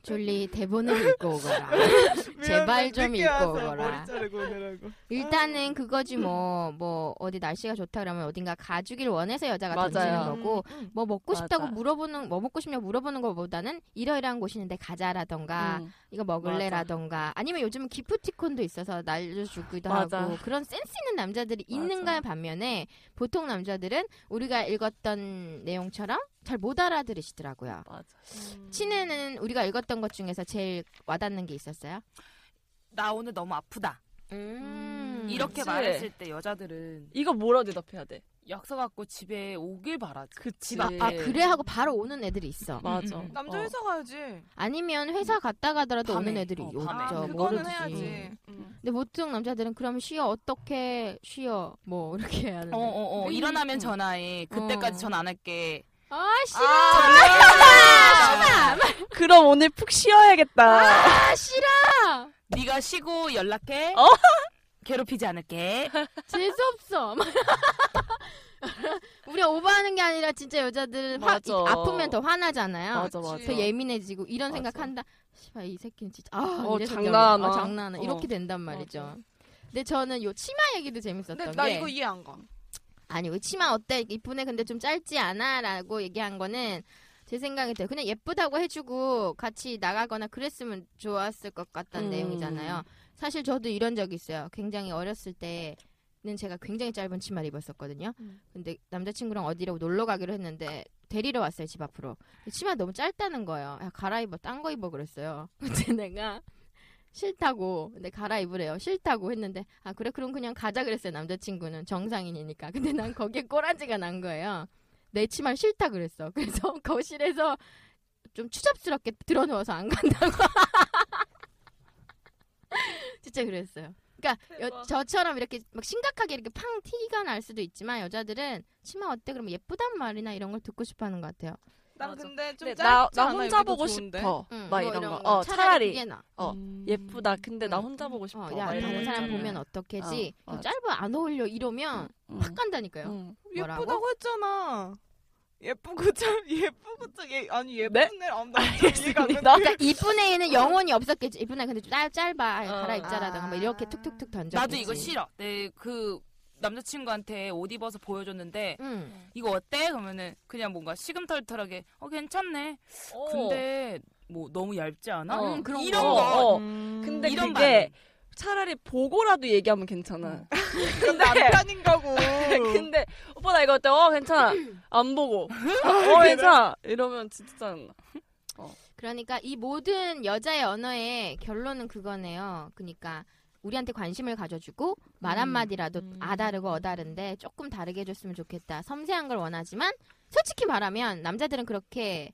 졸리 대본을 읽고 오거라. 제발 좀 늦게 읽고 와서 오거라. 머리 자르고 오느라고. 음. 일단은 그거지 뭐 뭐 어디 날씨가 좋다 그러면 어딘가 가주길 원해서 여자가 맞아요. 던지는 거고 음, 음. 뭐 먹고 맞아. 싶다고 물어보는 뭐 먹고 싶냐 물어보는 것보다는 이러이러한 곳이 있는데 가자라던가 음. 이거 먹을래라던가 아니면 요즘은 기프티콘도 있어서 날려주기도 맞아. 하고 그런 센스 있는 남자들이 맞아. 있는가 반면에 보통 남자들은 우리가 읽었던 내용처럼 잘 못 알아들으시더라고요. 맞아. 친애는 우리가 읽었던 것 중에서 제일 와닿는 게 있었어요. 나 오늘 너무 아프다. 음. 음. 이렇게 그치. 말했을 때 여자들은 이거 뭐라 대답해야 돼? 약속 갖고 집에 오길 바라지. 네. 그치. 막, 아 그래 하고 바로 오는 애들이 있어. 맞아. 음, 음, 음. 남자 어. 회사 가야지. 아니면 회사 갔다 가더라도 밤에. 오는 애들이 어, 오죠. 밤에. 아, 저 그거는 모르지. 해야지. 음. 근데 보통 남자들은 그럼 쉬어 어떻게 쉬어 뭐 이렇게 해야 되는데. 어, 어, 어. 일어나면 음. 전화해. 그때까지 어. 전 안 할게. 아 싫어. 아, 그럼 오늘 푹 쉬어야겠다. 아 싫어. 네가 쉬고 연락해. 어? 괴롭히지 않을게. 재수 없어. 우리 오버하는 게 아니라 진짜 여자들 화, 맞아. 이- 아프면 더 화나잖아요. 맞아 맞아. 그치. 더 예민해지고 이런 맞아. 생각한다. 씨발 이 새끼는 진짜 아 어, 이래서 장난하나? 저러나. 아, 장난하나 어. 이렇게 된단 말이죠. 맞아. 근데 저는 요 치마 얘기도 재밌었던 근데 게 나 이거 이해 안 가. 아니 왜 치마 어때 이쁘네 근데 좀 짧지 않아라고 얘기한 거는 제 생각에 돼요. 그냥 예쁘다고 해주고 같이 나가거나 그랬으면 좋았을 것 같다는 음. 내용이잖아요. 사실 저도 이런 적이 있어요. 굉장히 어렸을 때는 제가 굉장히 짧은 치마를 입었었거든요. 근데 남자친구랑 어디로 놀러 가기로 했는데 데리러 왔어요 집 앞으로. 근데 치마 너무 짧다는 거예요. 야, 갈아입어 딴 거 입어 그랬어요. 근데 내가 싫다고 근데 갈아입으래요 싫다고 했는데 아 그래 그럼 그냥 가자 그랬어요 남자친구는 정상인이니까 근데 난 거기에 꼬라지가 난 거예요 내 치마 싫다 그랬어 그래서 거실에서 좀 추잡스럽게 드러누워서 안 간다고 진짜 그랬어요 그러니까 네, 여- 저처럼 이렇게 막 심각하게 이렇게 팡 티가 날 수도 있지만 여자들은 치마 어때 그러면 예쁘단 말이나 이런 걸 듣고 싶어하는 것 같아요 난 맞아. 근데 좀 근데 짧지 나, 나 않아, 혼자 여기도 보고 좋은데? 싶어. 응, 막 뭐 이런 거. 거. 어, 차라리. 그게 나 어, 예쁘다. 근데 나 혼자 보고 싶어. 어, 막 야 이런 다른 거 사람 있잖아. 보면 어떻겠지 어, 음. 맞아. 짧아 안 어울려 이러면 응. 확 간다니까요 응. 뭐라고? 예쁘다고 했잖아. 예쁘고 참 예쁘고 참 예, 아니 네? 예쁜데 안 나. 알겠습니다. 그러니까 이쁜 애에는 영혼이 없었겠지. 이쁜 애 근데 좀 짧, 짧아. 아이, 어. 갈아입자라든가 막 이렇게 아. 툭툭툭 그 던져. 나도 이거 싫어. 내 그 남자친구한테 옷 입어서 보여줬는데 응. 이거 어때? 그러면은 그냥 뭔가 시금털털하게 어 괜찮네. 어. 근데 뭐 너무 얇지 않아? 어. 음, 그런 이런 거. 거. 어. 근데 근데 이런 반응. 그게 차라리 보고라도 얘기하면 괜찮아. 남편인 거고. 근데 오빠 나 이거 어때? 어 괜찮아. 안 보고. 어 괜찮아. 이러면 진짜 짜증나. 그러니까 이 모든 여자의 언어의 결론은 그거네요. 그러니까 우리한테 관심을 가져주고 말 한마디라도 아 다르고 어 다른데 조금 다르게 해줬으면 좋겠다. 섬세한 걸 원하지만 솔직히 말하면 남자들은 그렇게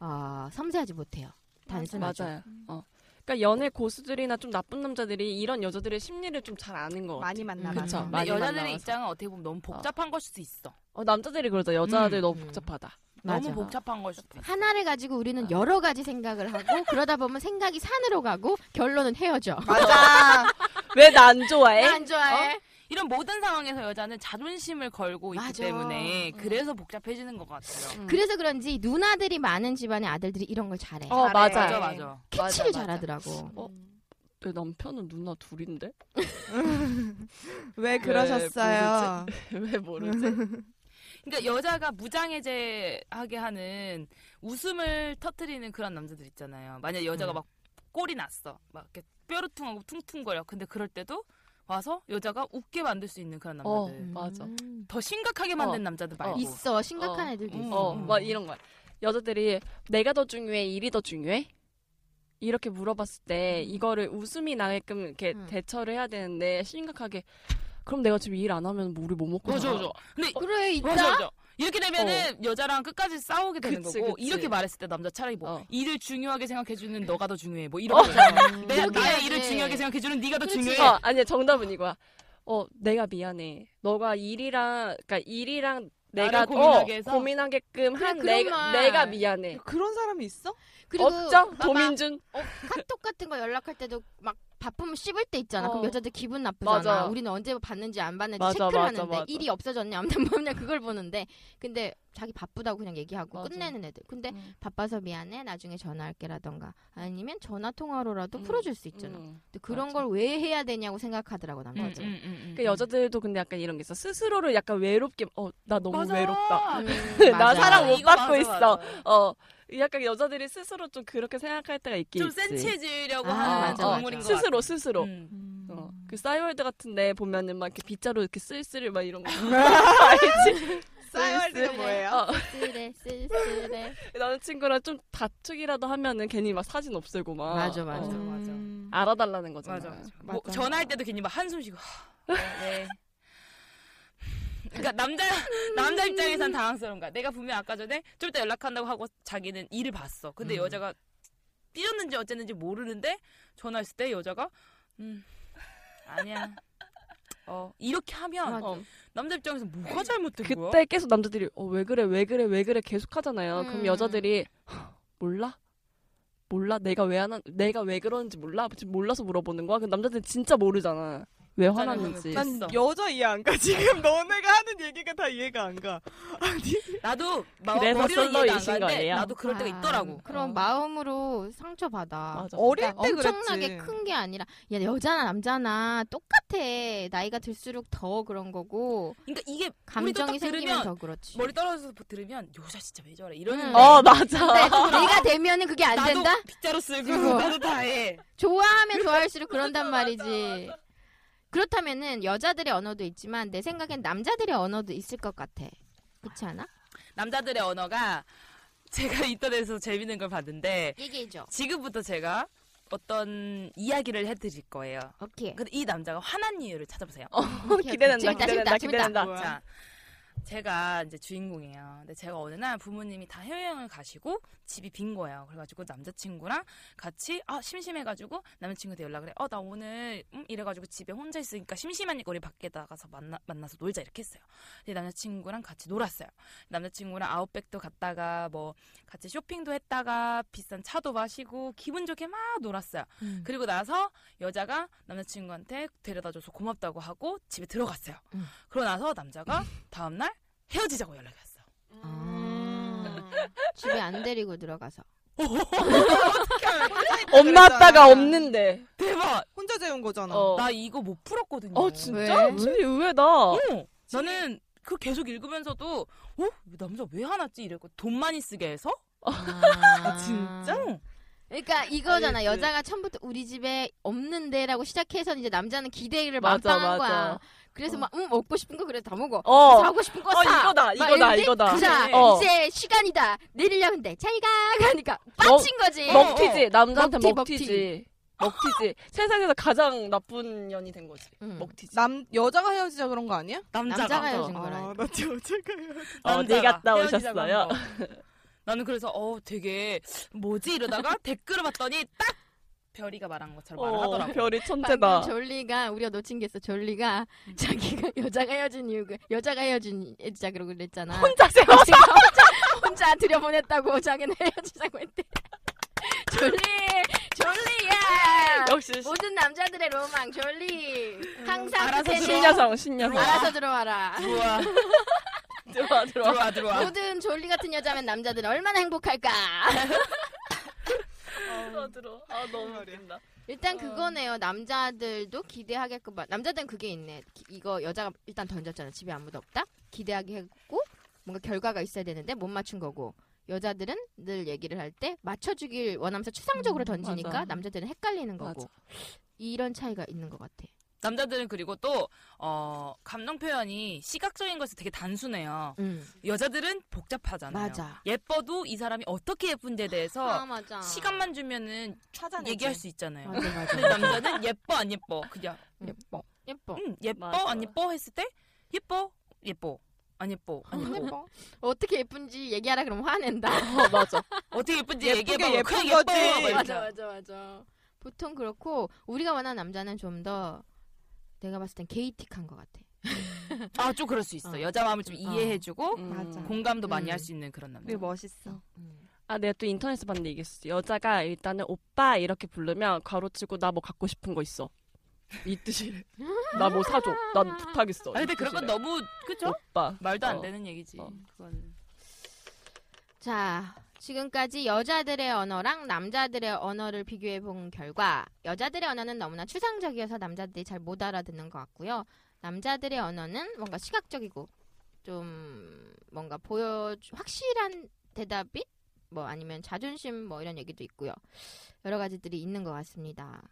어, 섬세하지 못해요. 단순하죠. 맞아요. 어. 그러니까 연애 고수들이나 좀 나쁜 남자들이 이런 여자들의 심리를 좀 잘 아는 거 같아. 많이 만나봐. 그쵸. 그쵸. 많이 근데 여자들의 만나봐서. 입장은 어떻게 보면 너무 복잡한 걸 수도 있어. 어, 남자들이 그러죠. 여자들 음, 너무 음. 복잡하다. 맞아. 너무 복잡한 걸 수도 아. 있어. 하나를 가지고 우리는 여러 가지 생각을 하고 그러다 보면 생각이 산으로 가고 결론은 헤어져. 맞아. 왜 나 안 좋아해? 나 안 좋아해. 어? 이런 모든 상황에서 여자는 자존심을 걸고 있기 맞아. 때문에 그래서 복잡해지는 것 같아요. 음. 그래서 그런지 누나들이 많은 집안의 아들들이 이런 걸 잘해. 어 맞아. 맞아 맞아. 캐치를 맞아, 맞아. 잘하더라고. 어, 내 남편은 누나 둘인데 네, 왜 그러셨어요? 왜 모르지? 그러니까 여자가 무장해제하게 하는 웃음을 터트리는 그런 남자들 있잖아요. 만약 여자가 음. 막 꼴이 났어, 막 이렇게 뾰루퉁하고 퉁퉁거려. 근데 그럴 때도 와서 여자가 웃게 만들 수 있는 그런 어 남자들. 맞아. 음. 더 심각하게 만든 어. 남자들 말고. 있어. 심각한 어. 애들도 음. 있어. 어 막 이런 거야. 여자들이 내가 더 중요해, 일이 더 중요해? 이렇게 물어봤을 때 이거를 웃음이 나게끔 이렇게 음. 대처를 해야 되는데 심각하게 그럼 내가 지금 일 안 하면 우리 뭐 먹고 맞아 살아? 맞아. 어. 근데 어, 그래 있다. 맞아 맞아. 이렇게 되면은 여자랑 끝까지 싸우게 되는 그치, 거고 그치. 이렇게 말했을 때 남자 차라리 뭐 어. 일을 중요하게 생각해주는 너가 더 중요해 뭐 이런 거잖아. 음. 내 나의 포기해야지. 일을 중요하게 생각해주는 네가 더 그렇지. 중요해. 어, 아니야 정답은 이거야. 어 내가 미안해. 너가 일이랑 그러니까 일이랑 내가 나를 고민하게 어, 해서? 고민하게끔 그래, 한 그런 내가 말. 내가 미안해. 그런 사람이 있어? 그리고 없죠? 봐봐. 도민준 어, 카톡 같은 거 연락할 때도 막 바쁘면 씹을 때 있잖아. 어. 그럼 여자들 기분 나쁘잖아. 맞아. 우리는 언제 봤는지 안 봤는지 맞아, 체크를 맞아, 하는데 맞아. 일이 없어졌냐 안 없냐 그걸 보는데 근데 자기 바쁘다고 그냥 얘기하고 맞아. 끝내는 애들. 근데 음. 바빠서 미안해. 나중에 전화할게라던가 아니면 전화 통화로라도 음. 풀어줄 수 있잖아. 음. 근데 그런 맞아. 걸 왜 해야 되냐고 생각하더라고 음, 남자들. 음, 음, 음, 그 음. 여자들도 근데 약간 이런 게 있어. 스스로를 약간 외롭게 어 나 너무 맞아. 외롭다. 음, 나 맞아. 사랑 못 이거 받고 맞아, 있어. 맞아. 어 약간 여자들이 스스로 좀 그렇게 생각할 때가 있긴 좀 있지. 센치해지려고 아, 하는 맞아, 동물인 맞아. 것 같아. 스스로 스스로. 음. 어. 그 싸이월드 같은데 보면은 막 이렇게 빗자루 이렇게 쓸쓸히 막 이런 거. 싸이월드가 뭐예요? 어, 쓸쓸해 쓸쓸해. 남자친구랑 좀 다투기라도 하면은 괜히 막 사진 없애고 막 맞아, 맞아. 어, 음. 알아달라는 거잖아. 맞아. 맞아. 맞아. 뭐 전화할 때도 괜히 막 한숨 쉬고. 하, 네. 그러니까 남자 남자 입장에선 당황스러운가. 내가 분명 아까 전에 좀 이따 연락한다고 하고 자기는 일을 봤어. 근데 음. 여자가 삐졌는지 어쨌는지 모르는데 전화했을 때 여자가 음 아니야. 어 이렇게 하면 맞아. 어. 남자 입장에서 뭐가 잘못된 거야? 그때 계속 남자들이 어, 왜 그래 왜 그래 왜 그래 계속 하잖아요. 음. 그럼 여자들이 "헉, 몰라 몰라 내가 왜 안, 한- 내가 왜 그러는지 몰라 지금 몰라서 물어보는 거야. 그 남자들은 진짜 모르잖아. 왜 화났는지. 난 난 여자 이해 안 가. 지금 너네가 하는 얘기가 다 이해가 안 가. 나도 마, 그래서 머리로 이해가 안 솔로이신 가는데 거예요? 나도 그럴 때가 아, 있더라고. 그럼 어. 마음으로 상처받아. 맞아. 어릴 때 그랬지. 엄청나게 큰 게 아니라 야 여자나 남자나 똑같아. 나이가 들수록 더 그런 거고 그러니까 이게 우리도 감정이 딱 생기면 들으면 더 그렇지. 머리 떨어져서 들으면 여자 진짜 왜 저래 이러는 음. 거야. 어 맞아. 근데 내가 되면은 그게 안 나도 된다? 빗자루 그거. 쓰고 나도 다해. 좋아하면 좋아할수록 그런단 말이지. 그렇다면은 여자들의 언어도 있지만 내 생각엔 남자들의 언어도 있을 것 같아. 그렇지 않아? 남자들의 언어가 제가 인터넷에서 재밌는 걸 봤는데 얘기해줘. 지금부터 제가 어떤 이야기를 해드릴 거예요. 오케이. 근데 이 남자가 화난 이유를 찾아보세요. 오케이, 기대된다, 재밌다, 기대된다, 재밌다, 재밌다. 기대된다. 자, 제가 이제 주인공이에요. 근데 제가 어느 날 부모님이 다 해외여행을 가시고 집이 빈 거예요. 그래가지고 남자친구랑 같이 아 심심해가지고 남자친구한테 연락을 해. 어 나 오늘 음, 이래가지고 집에 혼자 있으니까 심심하니까 우리 밖에 나가서 만나 만나서 놀자 이렇게 했어요. 근데 남자친구랑 같이 놀았어요. 남자친구랑 아웃백도 갔다가 뭐 같이 쇼핑도 했다가 비싼 차도 마시고 기분 좋게 막 놀았어요. 음. 그리고 나서 여자가 남자친구한테 데려다줘서 고맙다고 하고 집에 들어갔어요. 음. 그러고 나서 남자가 다음날 헤어지자고 연락이 왔어. 음. 아, 집에 안 데리고 들어가서. 그랬잖아. 엄마 아빠가 없는데. 대박! 혼자 재운 거잖아. 어. 나 이거 못 풀었거든요. 어 진짜? 왜? 진짜 의외다. 어, 나는 그 계속 읽으면서도 어? 이 남자 왜 화났지? 이랬고 돈 많이 쓰게 해서? 아, 어. 그러니까 이거잖아. 알겠지. 여자가 처음부터 우리 집에 없는데라고 시작해서 이제 남자는 기대를 맞아, 만빵한 맞아. 거야. 그래서 막 음, 먹고 싶은 거 그래 다 먹어. 어. 사고 싶은 거 어, 사. 이거다, 막 이거다, 이랬는데 이거다. 자, 어. 이제 시간이다. 내리려는데 자기가 가니까 먹- 빡친 거지. 먹튀지 남자한테 먹튀, 먹튀지. 먹튀지. 세상에서 가장 나쁜 년이 된 거지. 응. 먹튀지. 남 여자가 헤어지자 그런 거 아니야? 남자가. 남자가 헤어진 아, 거라. 나 여자가 헤어지. 어, 네 남자가 갔다 헤어지자고 오셨어요? 한 거. 나는 그래서 어 되게 뭐지 이러다가 댓글을 봤더니 딱 별이가 말한 것처럼 말을 하더라고. 어, 별이 방금 천재다. 음. 졸리가 우리가 놓친 게 있어. 졸리가 자기가 여자가 헤어진 이유가 그, 여자가 헤어진 애자 그러고 그랬잖아. 혼자 세워. 자기가 혼자 혼자 들여보냈다고 자기는 헤어지자고 했대. 졸리, 졸리야. 역시 모든 남자들의 로망 졸리. 항상 음, 알아서 그대는 신여성 신여성. 알아서 들어와라. 좋아. 들어와 들어와. 들어와 들어와. 모든 졸리 같은 여자면 남자들은 얼마나 행복할까. 들어와 들어와. 아 너무 어린다. 일단 그거네요. 남자들도 기대하게끔 만- 남자들은 그게 있네. 기- 이거 여자가 일단 던졌잖아. 집에 아무도 없다. 기대하게 했고 뭔가 결과가 있어야 되는데 못 맞춘 거고. 여자들은 늘 얘기를 할 때 맞춰주길 원하면서 음, 추상적으로 던지니까 맞아. 남자들은 헷갈리는 거고 이런 차이가 있는 것 같아. 남자들은 그리고 또 어, 감정 표현이 시각적인 것이 되게 단순해요. 음. 여자들은 복잡하잖아요. 맞아. 예뻐도 이 사람이 어떻게 예쁜지에 대해서 맞아. 시간만 주면은 찾아내지. 얘기할 수 있잖아요. 맞아 맞아. 근데 남자는 예뻐 안 예뻐 그냥 뭐, 예뻐. 예뻐. 음, 예뻐 맞아. 안 예뻐 했을 때 예뻐 예뻐 안 예뻐 안뭐 예뻐 어떻게 예쁜지 얘기하라 그러면 화낸다. 어 맞아. 어떻게 예쁜지 예쁘게 얘기해봐 예쁜 그냥 거지. 예뻐 막 이렇게. 맞아 맞아 맞아. 보통 그렇고 우리가 원하는 남자는 좀 더 내가 봤을 땐 게이틱한 것 같아. 아, 좀 그럴 수 있어. 어. 여자 마음을 좀 이해해주고 맞아. 공감도 많이 음. 할 수 있는 그런 남자. 뭐 멋있어. 아 내가 또 인터넷에서 봤는데 이게 있어. 여자가 일단은 오빠 이렇게 부르면 괄호치고 나 뭐 갖고 싶은 거 있어. 이 뜻이래. 나 뭐 사줘. 난 부탁했어. 아, 근데 그런 건 너무 그죠? 오빠. 말도 안 어. 되는 얘기지. 어. 그건. 자, 지금까지 여자들의 언어랑 남자들의 언어를 비교해 본 결과 여자들의 언어는 너무나 추상적이어서 남자들이 잘 못 알아듣는 것 같고요. 남자들의 언어는 뭔가 시각적이고 좀 뭔가 보여 확실한 대답이 뭐 아니면 자존심 뭐 이런 얘기도 있고요. 여러 가지들이 있는 것 같습니다.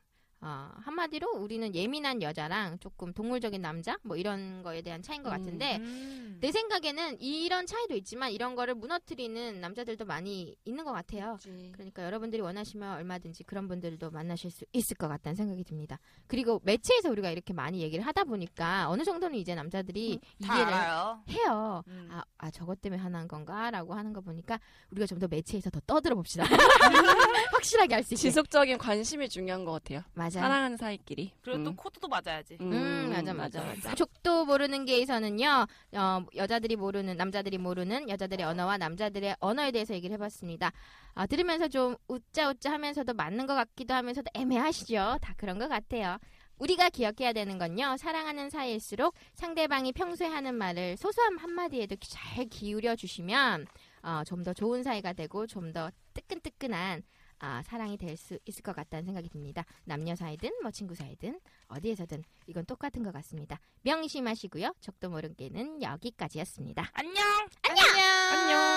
어, 어, 한마디로 우리는 예민한 여자랑 조금 동물적인 남자 뭐 이런 거에 대한 차이인 것 같은데 네, 음. 내 생각에는 이런 차이도 있지만 이런 거를 무너뜨리는 남자들도 많이 있는 것 같아요. 그렇죠. 그러니까 여러분들이 원하시면 얼마든지 그런 분들도 만나실 수 있을 것 같다는 생각이 듭니다. 그리고 매체에서 우리가 이렇게 많이 얘기를 하다 보니까 어느 정도는 이제 남자들이 음, 다 이해를 알아요. 해요. 음. 아, 아 저것 때문에 화난 건가라고 하는 거 보니까 우리가 좀 더 매체에서 더 떠들어 봅시다. 확실하게 할 수 있게. 지속적인 관심이 중요한 것 같아요. 맞아. 요 사랑하는 사이끼리. 그리고 음. 또 코드도 맞아야지. 음, 네. 음, 맞아, 맞아, 맞아. 족도 모르는 게에서는요, 어, 여자들이 모르는, 남자들이 모르는 여자들의 언어와 남자들의 언어에 대해서 얘기를 해봤습니다. 아, 들으면서 좀 웃자웃자 하면서도 맞는 것 같기도 하면서도 애매하시죠? 다 그런 것 같아요. 우리가 기억해야 되는 건요, 사랑하는 사이일수록 상대방이 평소에 하는 말을 소소한 한마디에도 잘 기울여 주시면, 어, 좀 더 좋은 사이가 되고, 좀 더 뜨끈뜨끈한, 아, 사랑이 될 수 있을 것 같다는 생각이 듭니다. 남녀 사이든, 뭐 친구 사이든, 어디에서든 이건 똑같은 것 같습니다. 명심하시고요. 적도 모른 게는 여기까지였습니다. 안녕. 안녕. 안녕.